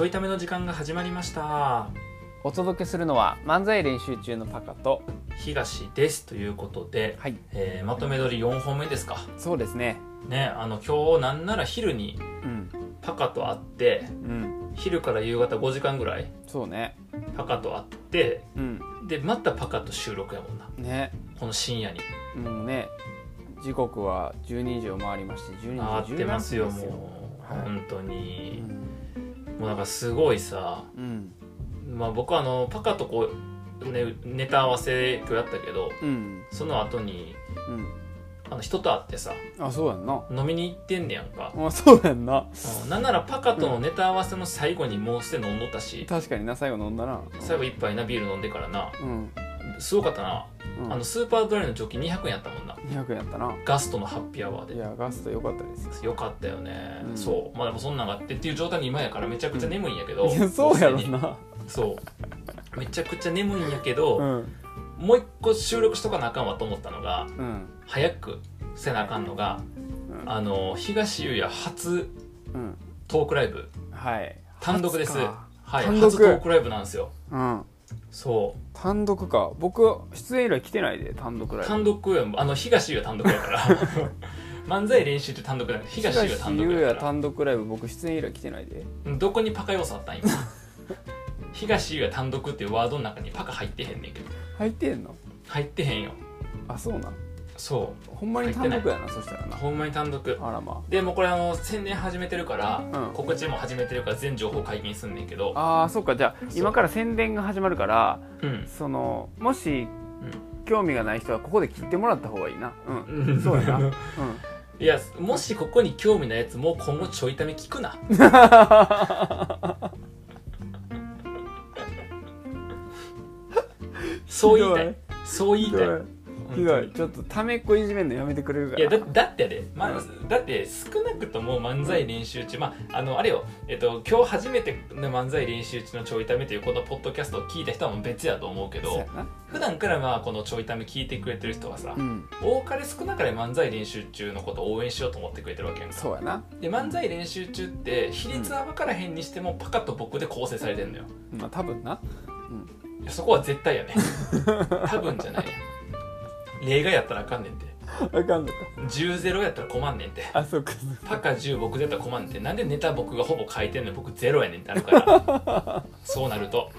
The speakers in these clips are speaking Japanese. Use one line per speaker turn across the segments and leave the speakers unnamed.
ょいための時間が始まりました
お届けするのは漫才練習中のパカと
東ですということで、
はい
えーまとめ撮り4本目ですか
そうですね
ねあの今日なんなら昼に
うん
パカと会って
うん
昼から夕方5時間ぐらい
そうね
パカと会って
うん
でまたパカと収録やもんな
ね
この深夜に
もうね時刻は12時を回りまして12時
会ってますよもう、
はい
本当
う
に、
ん、
もうなんかすごいさ
うん
まあ僕はあのパカとこう、ね、ネタ合わせ今日やったけど
うん
その後に
うん
あの人と会ってさ
あそうやんな
飲みに行ってんねやんか、
あそうやんな
うんなんならパカとのネタ合わせの最後にもうすでに飲んどったし、
確かにな最後飲んだな
最後一杯なビール飲んでからな
うん、
すごかったな、
うん、
あのスーパードライのジョッキ200円やったもんな
200円やったな
ガストのハッピーアワー
い
で
やガスト良かったですよ
よかったよね、
うん
そうまあでもそんなんがあってっていう状態に今やからめちゃくちゃ眠いんやけど、
いやそうやろ
もすでに
な
そうめちゃくちゃ眠いんやけ
う
ど、
ん
もう一個収録しとかなあかんわと思ったのが
うん
早くせなあかんのが
うん
あの東優也初
うん
トークライブ
はい
単独です
初か
はい
単独
初トークライブなんですよ
うん
そ
単独か僕出演以来来てないで単独
う
ライブ
単独やもんあの東優也単独やから漫才練習中単独なんで東優也単独
東優
や
也
か
単独ライブ僕出演以来来てないで
らどこにパカ要素あったん今東優也単独っていうワードの中にパカ入ってへんねんけど
入ってんの
入ってへんよ
あそうなん
そ
ほんまに単独やなそしたら
う
な
ほんまに単独
あらま
でもうこれあの宣伝始めてるから、
うん
告知も始めてるから全情報解禁すんねんけど
ああーそっかじゃあ
そう
今から宣伝が始まるから
うん
そのもし興味がない人はここで切ってもらった方がいいなうん
うん
そうやなうん
いやもしここに興味ないやつも今後ちょいため聞く なそう言いたいそう言い
ひ
た
ど
い
い
本当
ひ
に
どいちょっとためっこいじめんのやめてくれるか
い
ら
やだだってやで、まだって少なくとも漫才練習中、まあ、あのあれよ、えっと、今日初めての漫才練習中のちょいためというこのポッドキャストを聞いた人はもう別やと思うけ
そう
ど
やな
普段からまあこのちょいため聞いてくれてる人はさ、
うん
多かれ少なかれ漫才練習中のことを応援しようと思ってくれてるわけやんか
そうやな
で漫才練習中って比率は分からへんにしてもパカと僕で構成されてんのよ
まあ多分ない
やそこは絶対や ね多分じゃない例外やったらあかんねんて
あかんのか
10-0やったら困んねんて
あそっかそっか
パカ10僕でやったら困んねんてなんでネタ僕がほぼ書いてんのに僕ゼロやねんってなるから そうなると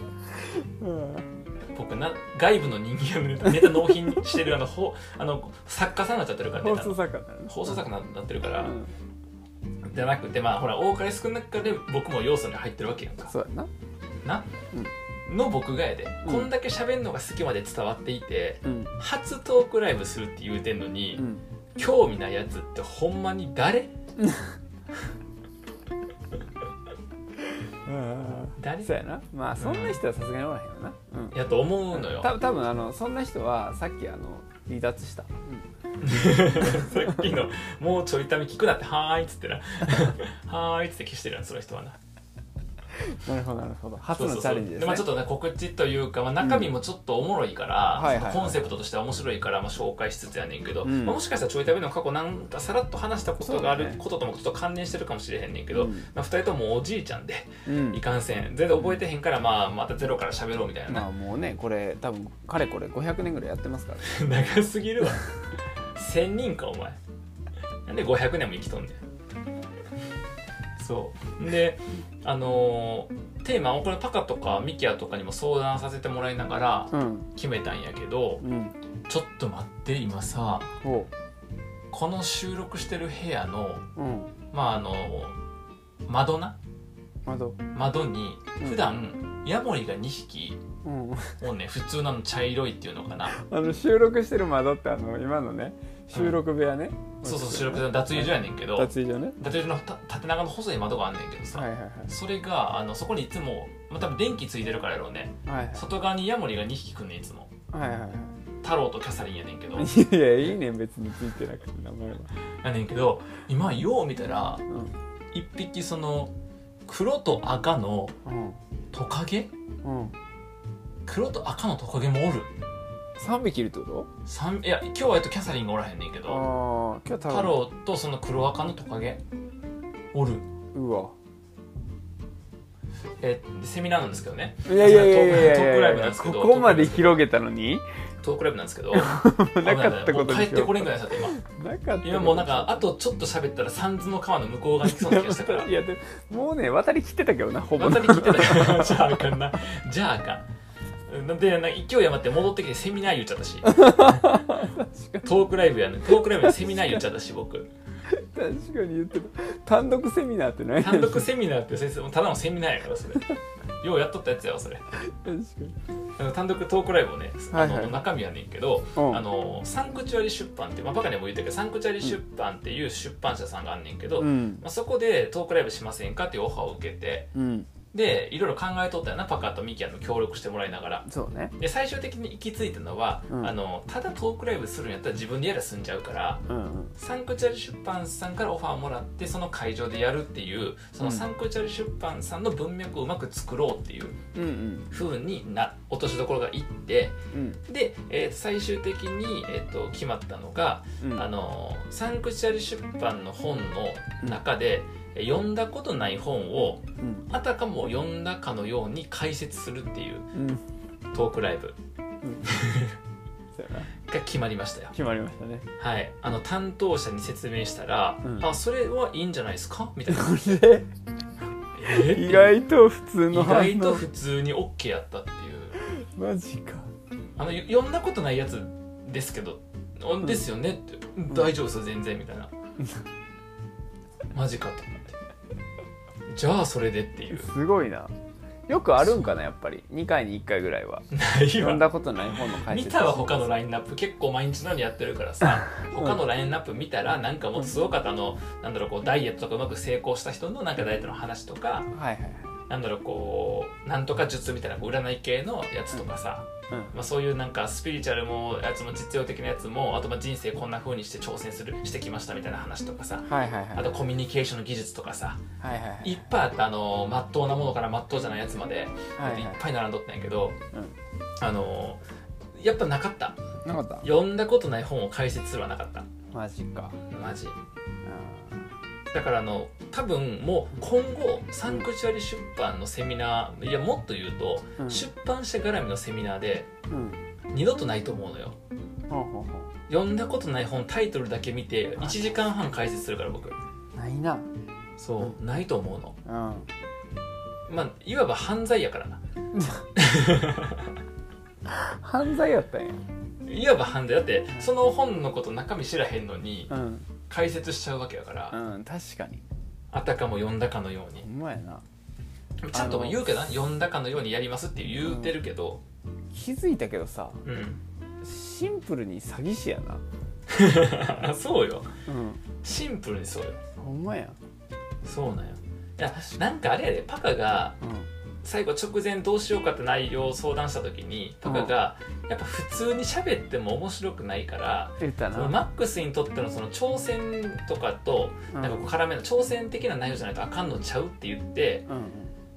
うん
僕な外部の人間がネタネタ納品してるあのほあの作家さんになっちゃってるから
放
ネタ
送
の
作家だな
放送作家になってるか
う
ら、
ん
じゃなくてまあほら多かれ少なかれ僕も要素に入ってるわけやんか
そうやな
な、の僕がやで、
うん
こんだけ喋んのが好きまで伝わっていて
うん
初トークライブするって言うてんのに、
うん
興味ないやつってほんまに誰誰
そうやなまあそんな人はさすがにおらへんよなうん
やと思うのよ、
た多分あのそんな人はさっきあの離脱した、
さっきの「もうちょいため聞くな」って「はーい」っつってな 「はーい」っつって消してるやんその人はな
なるほどなるほど初
そうそう
の
そう
チャレンジですね
まあ、ちょっとね告知というか、まあ、中身もちょっとおもろいから、
うんはいはいはい
ちょっとコンセプトとしては面白いから、まあ、紹介しつつやねんけど、
うん
まあ、もしかしたらちょい旅の過去なんかさらっと話したことがあ
そうだ
る
ね
ことともちょっと関連してるかもしれへんねんけど、
うん
まあ、2人ともおじいちゃんで
うん
いかんせん全然覚えてへんから、まあ、またゼロから喋ろうみたいな、
まあもうねこれ多分かれこれ500年ぐらいやってますから、ね、
長すぎるわ1000人かお前なんで500年も生きとんねんそうであのーテーマをこれパカとかミキアとかにも相談させてもらいながら
うん
決めたんやけど
うん
ちょっと待って今さ
ほ
この収録してる部屋の
ううん
まああの窓な
窓
窓に
うん
普段ヤモリが2匹
うん
をね普通のあの茶色いっていうのかな
あの収録してる窓ってあの今のね収録部屋ね、
そうそう収録の脱衣所やねんけど
脱衣所ね
脱衣所のた縦長の細い窓があんねんけどさ、
はいはいはい
それがあのそこにいつも、まあ、多分電気ついてるからやろうね
はいはい
外側にヤモリが2匹くんねんいつも
はいはいは
太郎とキャサリンやねんけど
いいやいいねん別についてなくて名前は
やねんけど今よう見たら1匹その黒と赤の
うん
トカゲ
うんうん
黒と赤のトカゲもおる
3匹いるってこ
三いや今日はえっとキャサリンがおらへんねんけ
と
ど
ああ今日太
太
郎
郎とその黒赤のトカゲおる
うわ
えーセミナーなんですけどね
いやいやいやいやいや
トークライブなんですけ
こ
ど
こまで広げたのに
トークライブなんですけど
なかったこ
もう
とにしよう
帰ってこれんぐらいさって今
なかった
今もうなんかあとちょっと喋ったら三途の川の向こう側に来そうな気がしたから
いやでももうね渡り切ってたけどなほぼ
渡り聞いてたよ じゃああかんなじゃああかんうんなんでなんか勢い余って戻ってきてセミナー言っちゃ ったしトークライブやねトークライブでセミナー言っちゃったし僕
確かに言ってた単独セミナーってな い
単独セミナーって先生もうただのセミナーやからそれようやっとったやつやわそれ
確かに
あの単独トークライブをねあ
はい
の、
はい
中身はねんけど、
うん
あのサンクチュアリ出版って、まあ、バカでも言ったけどサンクチュアリ出版っていう出版社さんがあんねんけど、
うん
まあ、そこでトークライブしませんかっていうオファーを受けて
うん
でいろいろ考えとったよなパカとミキアの協力してもらいながら
そうね
で最終的に行き着いたのは、
うん
あのただトークライブするんやったら自分でやりゃ済んじゃうから
うん
サンクチュアリ出版さんからオファーもらってその会場でやるっていうその
うん
サンクチュアリ出版さんの文脈をうまく作ろうっていう
うんうん
風にな落としどころがいって
うん
で、えー最終的に、えー、と決まったのが、
うん
あのーサンクチュアリ出版の本の中で、えー読んだことない本を
うん
あたかも読んだかのように解説するっていう
うんうん
トークライブ
そうやな
が決まりましたよ。
決まりましたね
はい、あの担当者に説明したら「
うん
あそれはいいんじゃないですか?」みたいな
これ
「えーって
意外と普通の
意
反応
外と普通に OK やったっていう
マジか
あのよ読んだことないやつですけど「あ
ん
ですよね」って「うん大丈夫ですよ全然」みたいな「マジか」と思って「じゃあそれで」っていう
すごいなよくあるんかなやっぱり2回に1回ぐらいは
ない
読ん
わ
だことない本の解
見
説
たわ他のラインナップ結構毎日のようにやってるからさ他のラインナップ見たらなんかもうすごかったあのなんだろうこうダイエットとかうまく成功した人のなんかダイエットの話とか
はいはいはい
なんだろうこうなんとか術みたいなこう占い系のやつとかさ、
うん
まあ、そういうなんかスピリチュアルもやつも実用的なやつもあとまあ人生こんな風にして挑戦するしてきましたみたいな話とかさ
はいはいはい
あとコミュニケーションの技術とかさ
はいはいはい
いっぱいあったあのまっとうなものからまっとうじゃないやつまで、
はい
いっ
は
ぱい並んどったんやけど、あのやっぱなかった
いなかった
読んだことない本を解説するはなかった
マジか
マジ
うん
だからあの多分もう今後サンクチュアリ出版のセミナーいやもっと言うと、
うん
出版社絡みのセミナーで
うん
二度とないと思うのよ
ほうほうほ
読んだことない本タイトルだけ見て1時間半解説するから僕
うないな
そう、ないと思うの
うん
まあいわば犯罪やからな
犯罪やったんや
いわば犯罪だってその本のこと中身知らへんのに
うん
解説しちゃうわけやから
うん確かに
あたかも読んだかのように
ほんまやな
ちゃんとも言うけどな読んだかのようにやりますって言うてるけど
気づいたけどさ
うん、
シンプルに詐欺師やな
そうよ
うん
シンプルにそうよ
ほんまや
そうなんよいやなんかあれやでパカが
う
最後直前どうしようかって内容を相談した時にパカが、やっぱ普通に喋っても面白くないから
ん言った
その
な
マックスにとってのその挑戦とかと
う
なんかこう絡めの挑戦的な内容じゃないとあかんのちゃうって言って
うん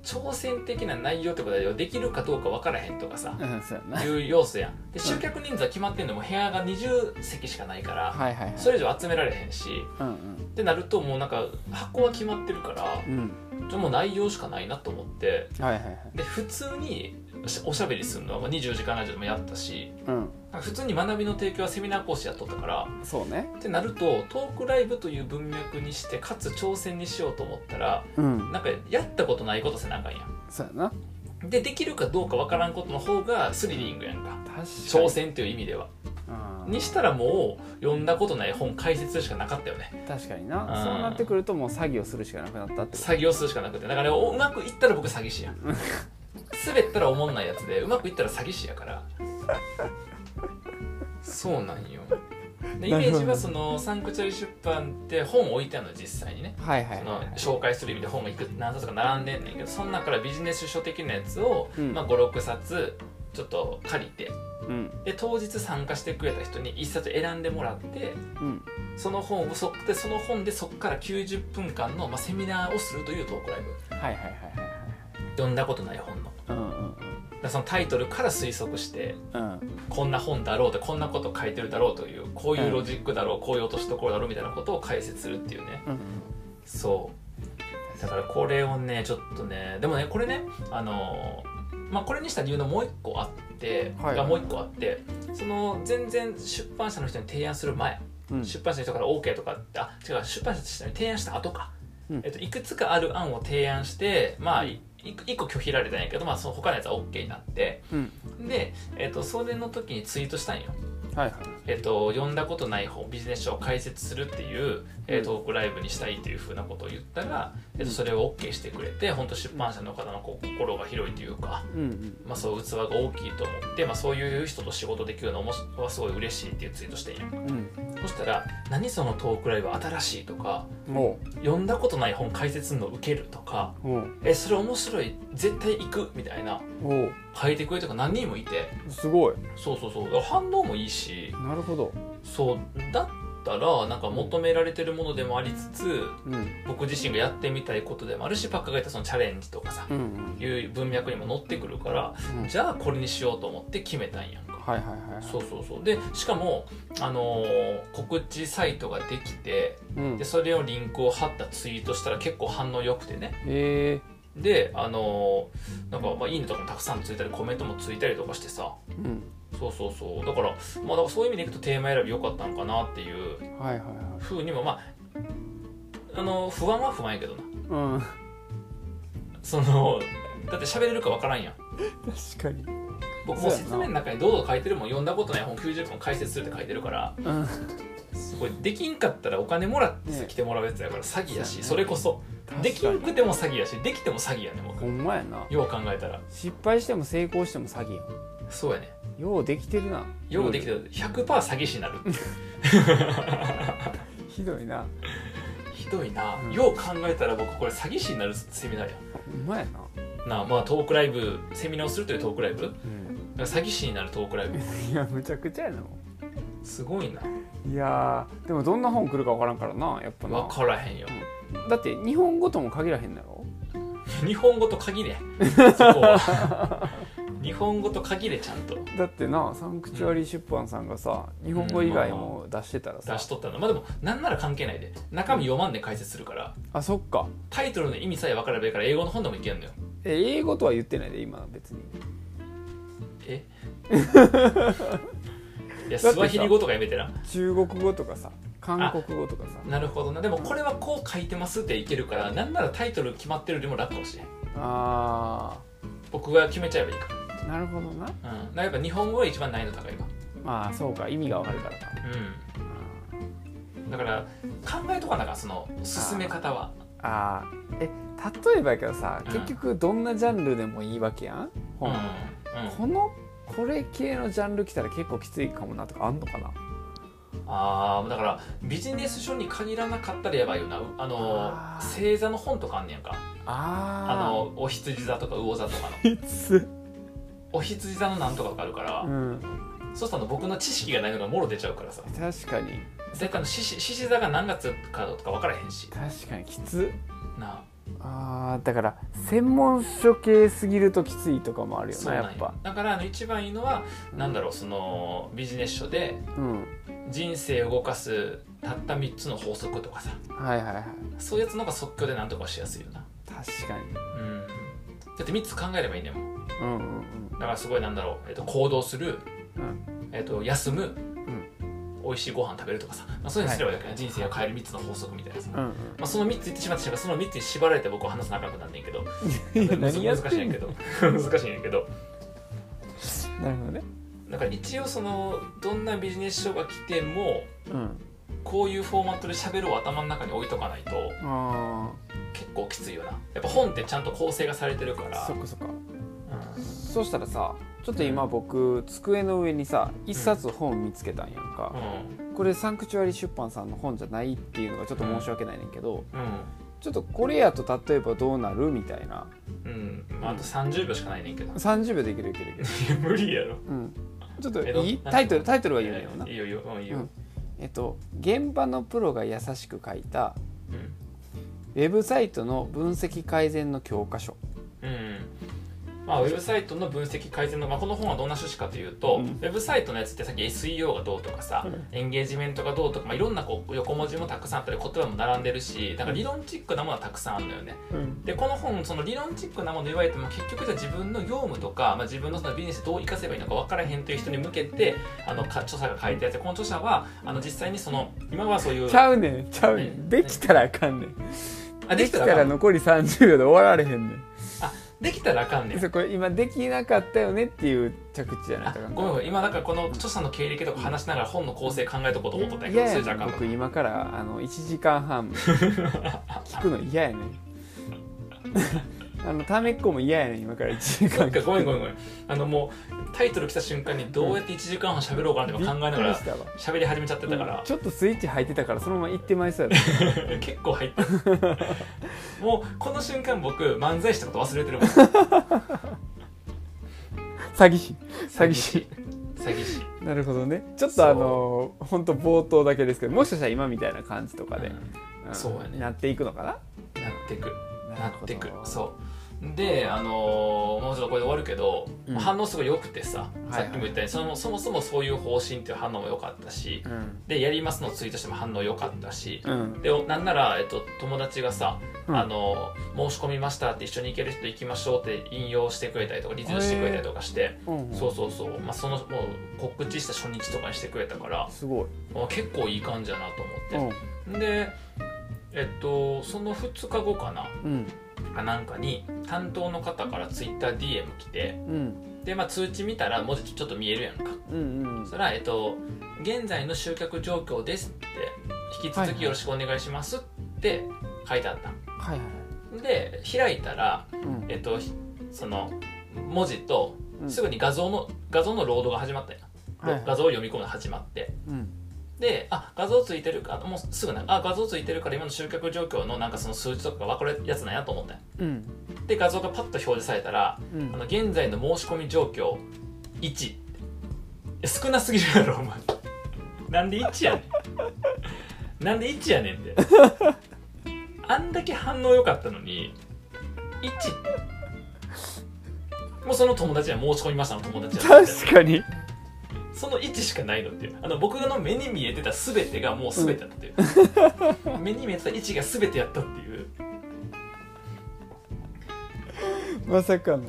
挑戦的な内容ってことはできるかどうか分からへんとかさ
うんうんそうやな
いう要素やんで集客人数は決まってんのも部屋が20席しかないから
はいはいはい
それ以上集められへんし
うんうん
ってなるともうなんか箱は決まってるから
うん
じゃあもう内容しかないなと思って
はいはいはい
で普通にしおしゃべりするのはまあ24時間ラジオでもやったし
うん
なんか普通に学びの提供はセミナー講師やっとったから
そうね
ってなるとトークライブという文脈にしてかつ挑戦にしようと思ったら
うん
なんかやったことないことせなあかんや
そうやなん
でできるかどうかわからんことの方がスリリングやんか
確かに
挑戦という意味では
うん
にしたらもう読んだことない本解説するしかなかったよね
確かに
う
なんそうなってくるともう詐欺をするしかなくなったってこと
作業するしかなくてだからうまくいったら僕詐欺師やん 滑ったらおもんないやつでうまくいったら詐欺師やからそうなんよでイメージはそのサンクチュアリ出版って本置いてあるの実際にね
はいはい
そ
は
の
い
紹介する意味で本がいく何冊か並んでんねんけどその中からビジネス書的なやつを、
うん
まあ、56冊ちょっと借りて
うん
で当日参加してくれた人に1冊選んでもらって
うん
その本をそでその本でそこから90分間の、まあ、セミナーをするというトークライブ
はいはいはいはい
読んだことない本のだか
うんうん
らそのタイトルから推測して
うんうん
こんな本だろうとこんなこと書いてるだろうというこういうロジックだろうこういう落としどころだろうみたいなことを解説するっていうね
うん
そだからこれをねちょっとねでもねこれねあのまあこれにした理由のもう一個あって、
はい
がもう一個あってその全然出版社の人に提案する前、
うん
出版社の人から OK とかってあ違う出版社の人に提案した後か、
うん
えっと、いくつかある案を提案してまあ、
うん
いいく一個拒否られたんやけど、まあ、その他のやつは OK になって
うん
で、えっと、それの時にツイートしたんよ。
はいはい
えっと、読んだことない本ビジネス書を解説するっていう、えートークライブにしたいというふうなことを言ったら、えっと、それを OK してくれて本当出版社の方のこう心が広いというか、
うんうん
まあ、そう器が大きいと思って、まあ、そういう人と仕事できるのもはすごい嬉しいっていうツイートしている
うん
そしたら「何そのトークライブ新しい」とか
お
「読んだことない本解説するの受ける」とか
うおう
「えそれ面白い絶対行く」みたいな
おう
書いてくれるとか何人もいて
すごい
そうそうそうだから反応もいいし。
なるほど
そうだったらなんか求められてるものでもありつつ
うん
僕自身がやってみたいことでもあるしパッカが言ったそのチャレンジとかさ
うんうん
いう文脈にも乗ってくるから
うん
じゃあこれにしようと思って決めたんやんか。
はいはいはいはい
そうそうそうでしかも、あのー告知サイトができて
うん
でそれをリンクを貼ったツイートしたら結構反応良くてね
え
で、あのーなんかまあいいねとかもたくさんついたりコメントもついたりとかしてさ
えうん
そうそうそうだから,、まあ、だからそういう意味でいくとテーマ選び良かったのかなっていう
はいはいは
ふうにもまああの不安は不安やけどない
うん
そのだって喋れるかわからんやん
確かに
僕も
そうやな
説明の中に堂々書いてるもん読んだことない本90本解説するって書いてるから
うん
すごいできんかったらお金もらって
ね
来てもらうやつやから詐欺やしそ
そう
れ
やね
こそできんくても詐欺やしできても詐欺やね僕
ほんまやな
よう考えたら
失敗しても成功しても詐欺や
そうやね
ようできてるな
ようできてる100%詐欺師になるっていう
ひどいな
ひどいな、
うん
よう考えたら僕これ詐欺師になるセミナーや
ほんまやな
なあまあトークライブセミナーをするというトークライブだか
うん
ら詐欺師になるトークライブ
いやむちゃくちゃやなも
すごいな
ういやーでもどんな本来るかわからんからなやっぱな
分からへんよ
だって日本語とも限らへんだろ
日本語と限れそこは日本語と限れちゃんと
だってなサンクチュアリー出版さんがさ、日本語以外も出してたらさ、
出しとったのまあでもなんなら関係ないで中身読まんで解説するから
あそっか
タイトルの意味さえ分からべえから英語の本でもいけんのよ
え英語とは言ってないで今別に
えいや
さ
スワヒリ語とかやめてな
中国語とかさ韓国語とかさ
なるほどなでもこれはこう書いてますっていけるからなんならタイトル決まってるよりも楽かもしれん
あ
僕が決めちゃえばいいか
ーなるほどな
らうんだからやっぱ日本語が一番難易度高いわ
まあそうか意味がわかるからか
う
うん
んだから考えとかなあかんその進め方は
あーえ例えばやけどさ、
うん
結局どんなジャンルでもいいわけやん
うん
本、
うん
このこれ系のジャンル来たら結構きついかもなとかあんのかな
ああだからビジネス書に限らなかったらやばいよなうあの
あー
星座の本とかあんねやんかあ
あ
のお羊座とか魚座とかの
ーきつ
お羊座のなんとかがあるから、
うん
そうしたら僕の知識がないのがもろ出ちゃうからさ
確かに
絶対あの獅子獅子座が何月かとか分からへんし
確かにきつ
な
あーだから専門書系すぎるときついとかもあるよ
そうな
な
ん
や
や
っぱ
だからあの一番いいのは、なんだろうそのビジネス書で
うん
人生を動かすたった3つの法則とかさ
はいはいはい
そういうやつの方が即興で何とかしやすいよな
確かに
うんだって3つ考えればいいねんもん
うんうん
だからすごいなんだろう、えっと行動する、
うん
えっと休む、
ん
美味しいご飯食べるとかさ、まあ、そういうのすればいいわけね人生を変える3つの法則みたいなさ、
う
ま
ん
あ、その3つ言ってしまってしまうその3つに縛られて僕は話さなあかんくなんねんけど
うんいや
難し
何やっ て
いん
ん
や
の
けど 難しいんやけど
なるほどね
だから一応そのどんなビジネス書が来ても
うん
こういうフォーマットで喋るを頭の中に置いとかないと
あ
結構きついよなやっぱ本ってちゃんと構成がされてるから
あそっかそっか
う
そしたらさちょっと今僕机の上にさ一冊本見つけたんやん
ん
か、
うん
これサンクチュアリ出版さんの本じゃないっていうのがちょっと申し訳ないねんけど、
う
ちょっとこれやと例えばどうなるみたいなん
うんまああと30秒しかないねんけどい
30秒できるいけるいける
や 無理やろ
うんちょっと
えど
いい
なんか
タイトルタイトルは言うのよない
いよいいよ、うん、いいよ、
えっと現場のプロが優しく書いた
うん
ウェブサイトの分析改善の教科書
うんまあ、ウェブサイトの分析改善の、まあ、この本はどんな趣旨かというと、
うん
ウェブサイトのやつってさっき SEO がどうとかさ、エンゲージメントがどうとか、まあ、いろんなこう横文字もたくさんあったり言葉も並んでるしなんか理論チックなものはたくさんあるのよね。
うん
でこの本その理論チックなもの言われても結局じゃあ自分の業務とか、まあ、自分のそのビジネスどう生かせばいいのか分からへんという人に向けてあのか著者が書いたやつこの著者はあの実際にその今はそういう
ちゃうねんちゃうね
ね
んできたらあかんねん
あ
で
でき
き
た
た
らあからん
残り30秒で終わられへんねん
あできたらあかんねん
そうこれ今できなかったよねっていう着地じゃない
あ
とか
ごめんごめん今なんかこの著者の経歴とか話しながら本の構成考えとこうと思っとったんや
い
けど
や
そ
や
れじゃあ
ね
か
ん
んの
僕今からあの1時間 半聞くの嫌やねん あのためっこも嫌やねん今から1時
な
間
んかごめんごめんごめんあのもうタイトル来た瞬間にどうやって1時間半喋ろうかなとか考えなが
びっくり
ら
したわ
喋り始めちゃってたから、
ちょっとスイッチ入ってたからそのまま行ってまいそうやった
結構 入ったもうこの瞬間僕漫才したこと忘れてるもん
詐欺師詐欺師
詐欺師
なるほどねちょっとあの本当冒頭だけですけどもしかしたら今みたいな感じとかで、
んそうやね
なっていくのかな
なってくなってく
う
そうであのーもうちょっとこれで終わるけど、
うん
反応すごい良くてさ、
いはい
さっきも言ったようにそのそもそもそういう方針っていう反応も良かったし
うん
でやりますのツイートしても反応良かったし、
うん
でなんなら、えっと、友達がさ、
うん
あの申し込みましたって一緒に行ける人行きましょうって引用してくれたりとかリツイートしてくれたりとかして、
うん
そうそうそう、まあ、そのもう告知した初日とかにしてくれたから、
すごい、
まあ、結構いい感じだなと
う
思っ
ん
て、でえっとその2日後かな
うん
かなんかに担当の方から TwitterDM 来て
うん
で、まあ、通知見たら文字ちょっと見えるやんか
うんうん
そしたら、えっと「現在の集客状況です」って「引き
はい
続
はい
きよろしくお願いします」って書いてあった
はいはい
で開いたら
うん
えっとひその文字と
うん
すぐに画像の画像のロードが始まったんや、
はいはい
画像を読み込むの始まって
うん
であ画像ついてるかもうすぐなあ画像ついてるから今の集客状況のなんかその数値とかが分かるやつなんやと思ったんや
うん
で画像がパッと表示されたら
う
あ
ん
の現在の申し込み状況1いや少なすぎるやろお前なんで1やねんなんで1やねんってあんだけ反応良かったのに1もうその友達は申し込みましたの友達は
確かに
その1しかないのっていうあの僕の目に見えてた全てがもう全てだっていう、目に見えてた1が全てやったっていう
まさかの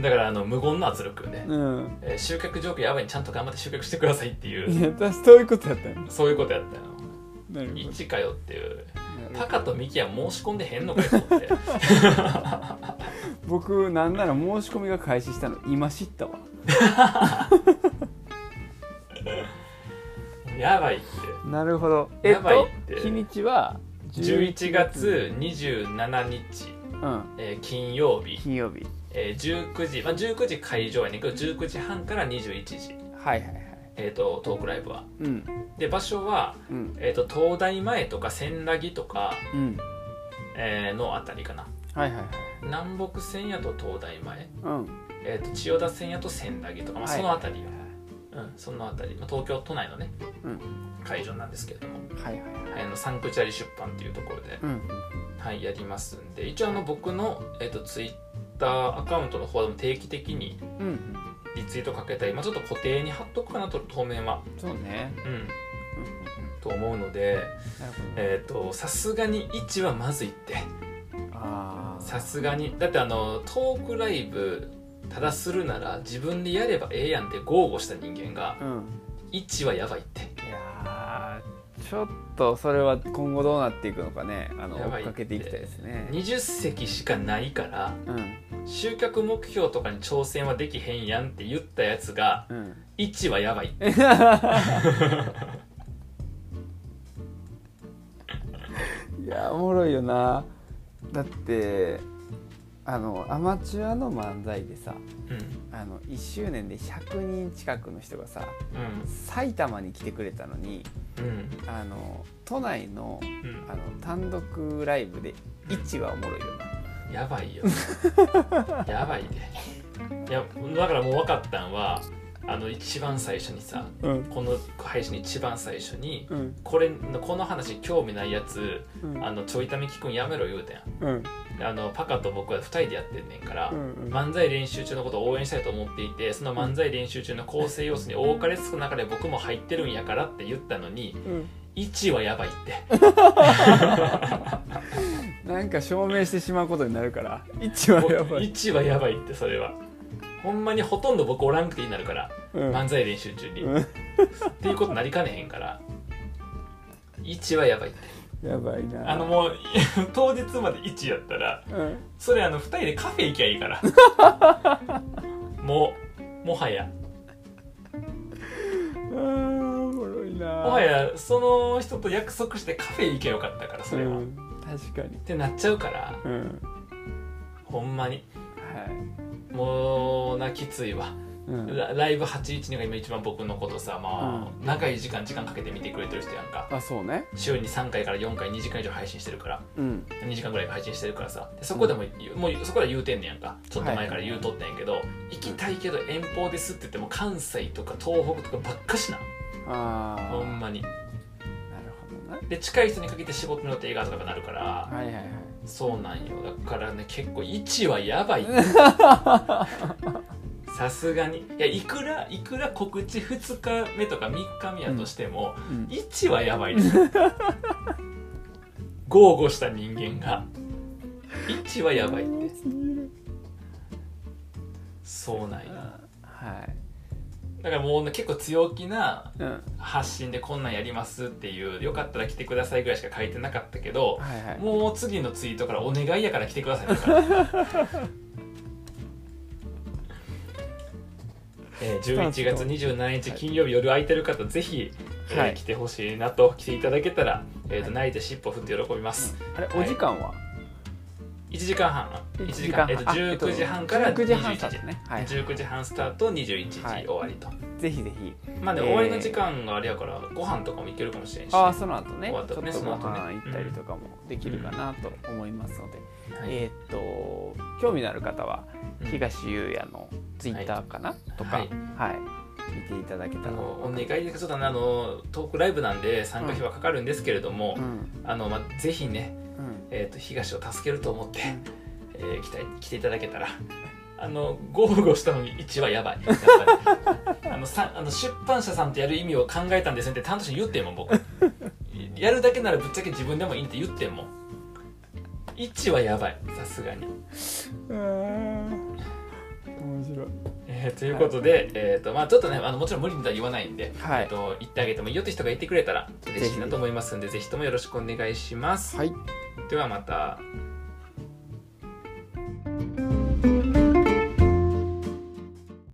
だからあの無言の圧力よね、
うん
えー集客状況やばいんでちゃんと頑張って集客してくださいっていう
いや私そういうことやったんや
そういうことやったよ。
なるほど
1かよっていう。
なるほ
タ
ど
カとミキは申し込んでへんのかよと思って。
僕なんなら申し込みが開始したの今知ったわ
やばいって。
なるほどえっ
やばいっ
と
て
日にちは
11月27日、
うん
えー金曜日、
金曜日
えー19時、まあ、19時会場やねんけど、19時半から21時、
はいはいはい
えー、とトークライブは。
うん
で、場所は、
うん
えー、と東大前とか千駄木とか、
うん
えーのあたりかな。
はいはいはい
南北線やと東大前、
うん
えー、と千代田線やと千駄木とか、まあ、
はい
そのあたりよ。うん、そのあたり、まあ、東京都内のね、
うん
会場なんですけれども、
はいはいはい
はいあのサンクチャリ出版っていうところで、
うん
はい、やりますんで一応あの僕の、えっとツイッターアカウントの方でも定期的に
うん
リツイートかけたり、まあ、ちょっと固定に貼っとくかなと当面は、
そうね
うん、
うんうん
と思うので
なるほどね
えっとさすがに1はまずいって
あ
さすがにだってあのトークライブただするなら自分でやればええやんって豪語した人間が
あうん
1はやばいって
いやーちょっとそれは今後どうなっていくのかねあの
やば
追
い
っかけていきたいですね
20席しかないから
うん
集客目標とかに挑戦はできへんやんって言ったやつが
うん
1はやばいって
いやーおもろいよなだってあのアマチュアの漫才でさ
うん
あの1周年で100人近くの人がさ
うん
埼玉に来てくれたのに
うん
あの都内の
うん
あの単独ライブで1はおもろいよな
や ばいよやばいでいやだからもう分かったんはあの一番最初にさ
うん
この配信の一番最初に
うん
これのこの話に興味ないやつ
うん
あのちょいため聞くんやめろ言うてん
うん
あのパカと僕は2人でやってんねんから、
うんうん
漫才練習中のことを応援したいと思っていてその漫才練習中の構成要素に多かれ少なかれ僕も入ってるんやからって言ったのに
うん
1はやばいって
なんか証明してしまうことになるから一は やばい、
1はやばいってそれはほんまにほとんど僕おらんくていいなるから
うん、
漫才練習中に、
うん
っていうことなりかねへんから1はやばいって
やばいな
あのもう 当日まで1やったら
うん
それあの2人でカフェ行きゃいいから もうもはや
あーおもろいな
もはやその人と約束してカフェ行けよかったからそれは、
う
っ
ん、確かに
てなっちゃうから
うん
ほんまに
は
もうなきついわ、
い、うん、
ラライブ812が今一番僕のことさまあ、長い時間時間かけて見てくれてる人やんか
あそうね
週に3回から4回2時間以上配信してるから
うん
2時間ぐらい配信してるからさでそこでも,、もうそこでは言うてんねやんかちょっと前から言うとったんやけど、行きたいけど遠方ですって言っても関西とか東北とかばっかしな
ああ
ほんまに
なるほどな
で近い人にかけて仕事の映画とかになるから、
はいはいはい
そうなんよだからね結構1はや ばいさすがにいやいくらいくら告知2日目とか3日目やとしても、
うん
1はやばいです豪語した人間が1はやばいってそうなんや
はい
だからもうね結構強気な
うん
発信でこんなんやりますっていうよかったら来てくださいぐらいしか書いてなかったけど、
はいはい
もう次のツイートからお願いやから来てくださいだ から。えー、11月27日金曜日夜空いてる方ぜひ、えー
はい
来てほしいなと来ていただけたら、えーと泣いて尻尾振って喜びます、
あれお時間は
1時間半1時間えー、と
あえっと
19時半から21
19時
時
半からねはい
19時半スタート21時
はい
終わりと、
ぜひぜひ
まあね、
えー
終わりの時間があれやからご飯とかもいけるかもしれんし、
ああその後ね
終わっ
ち
た
ょっ
ね
とご
その後
飯
ね
行ったりとかもできるかなと思いますので、
はい
えーっと興味のある方は
うん
東優也のツイッターかな、とか
は
はいい、見ていただけた
あ
ら
のお願いですちょっとねあのトークライブなんで参加費はかかるんですけれども、
うん
あのまあ、ぜひね、
うん
えー、と東を助けると思って、えー来たい来ていただけたらあの豪語したのに1はやばいやっぱ りあのさあの出版社さんとやる意味を考えたんですねって担当者に言ってんもん僕やるだけならぶっちゃけ自分でもいいって言ってんもん1はやばいさすがに、
面白い
えーということで、えーとまあ、ちょっとねあのもちろん無理には言わないんで、
はい
えーと言ってあげてもいいよって人がいてくれたら嬉しいなと思いますんでぜひともよろしくお願いします、
はい
ではまた。
ま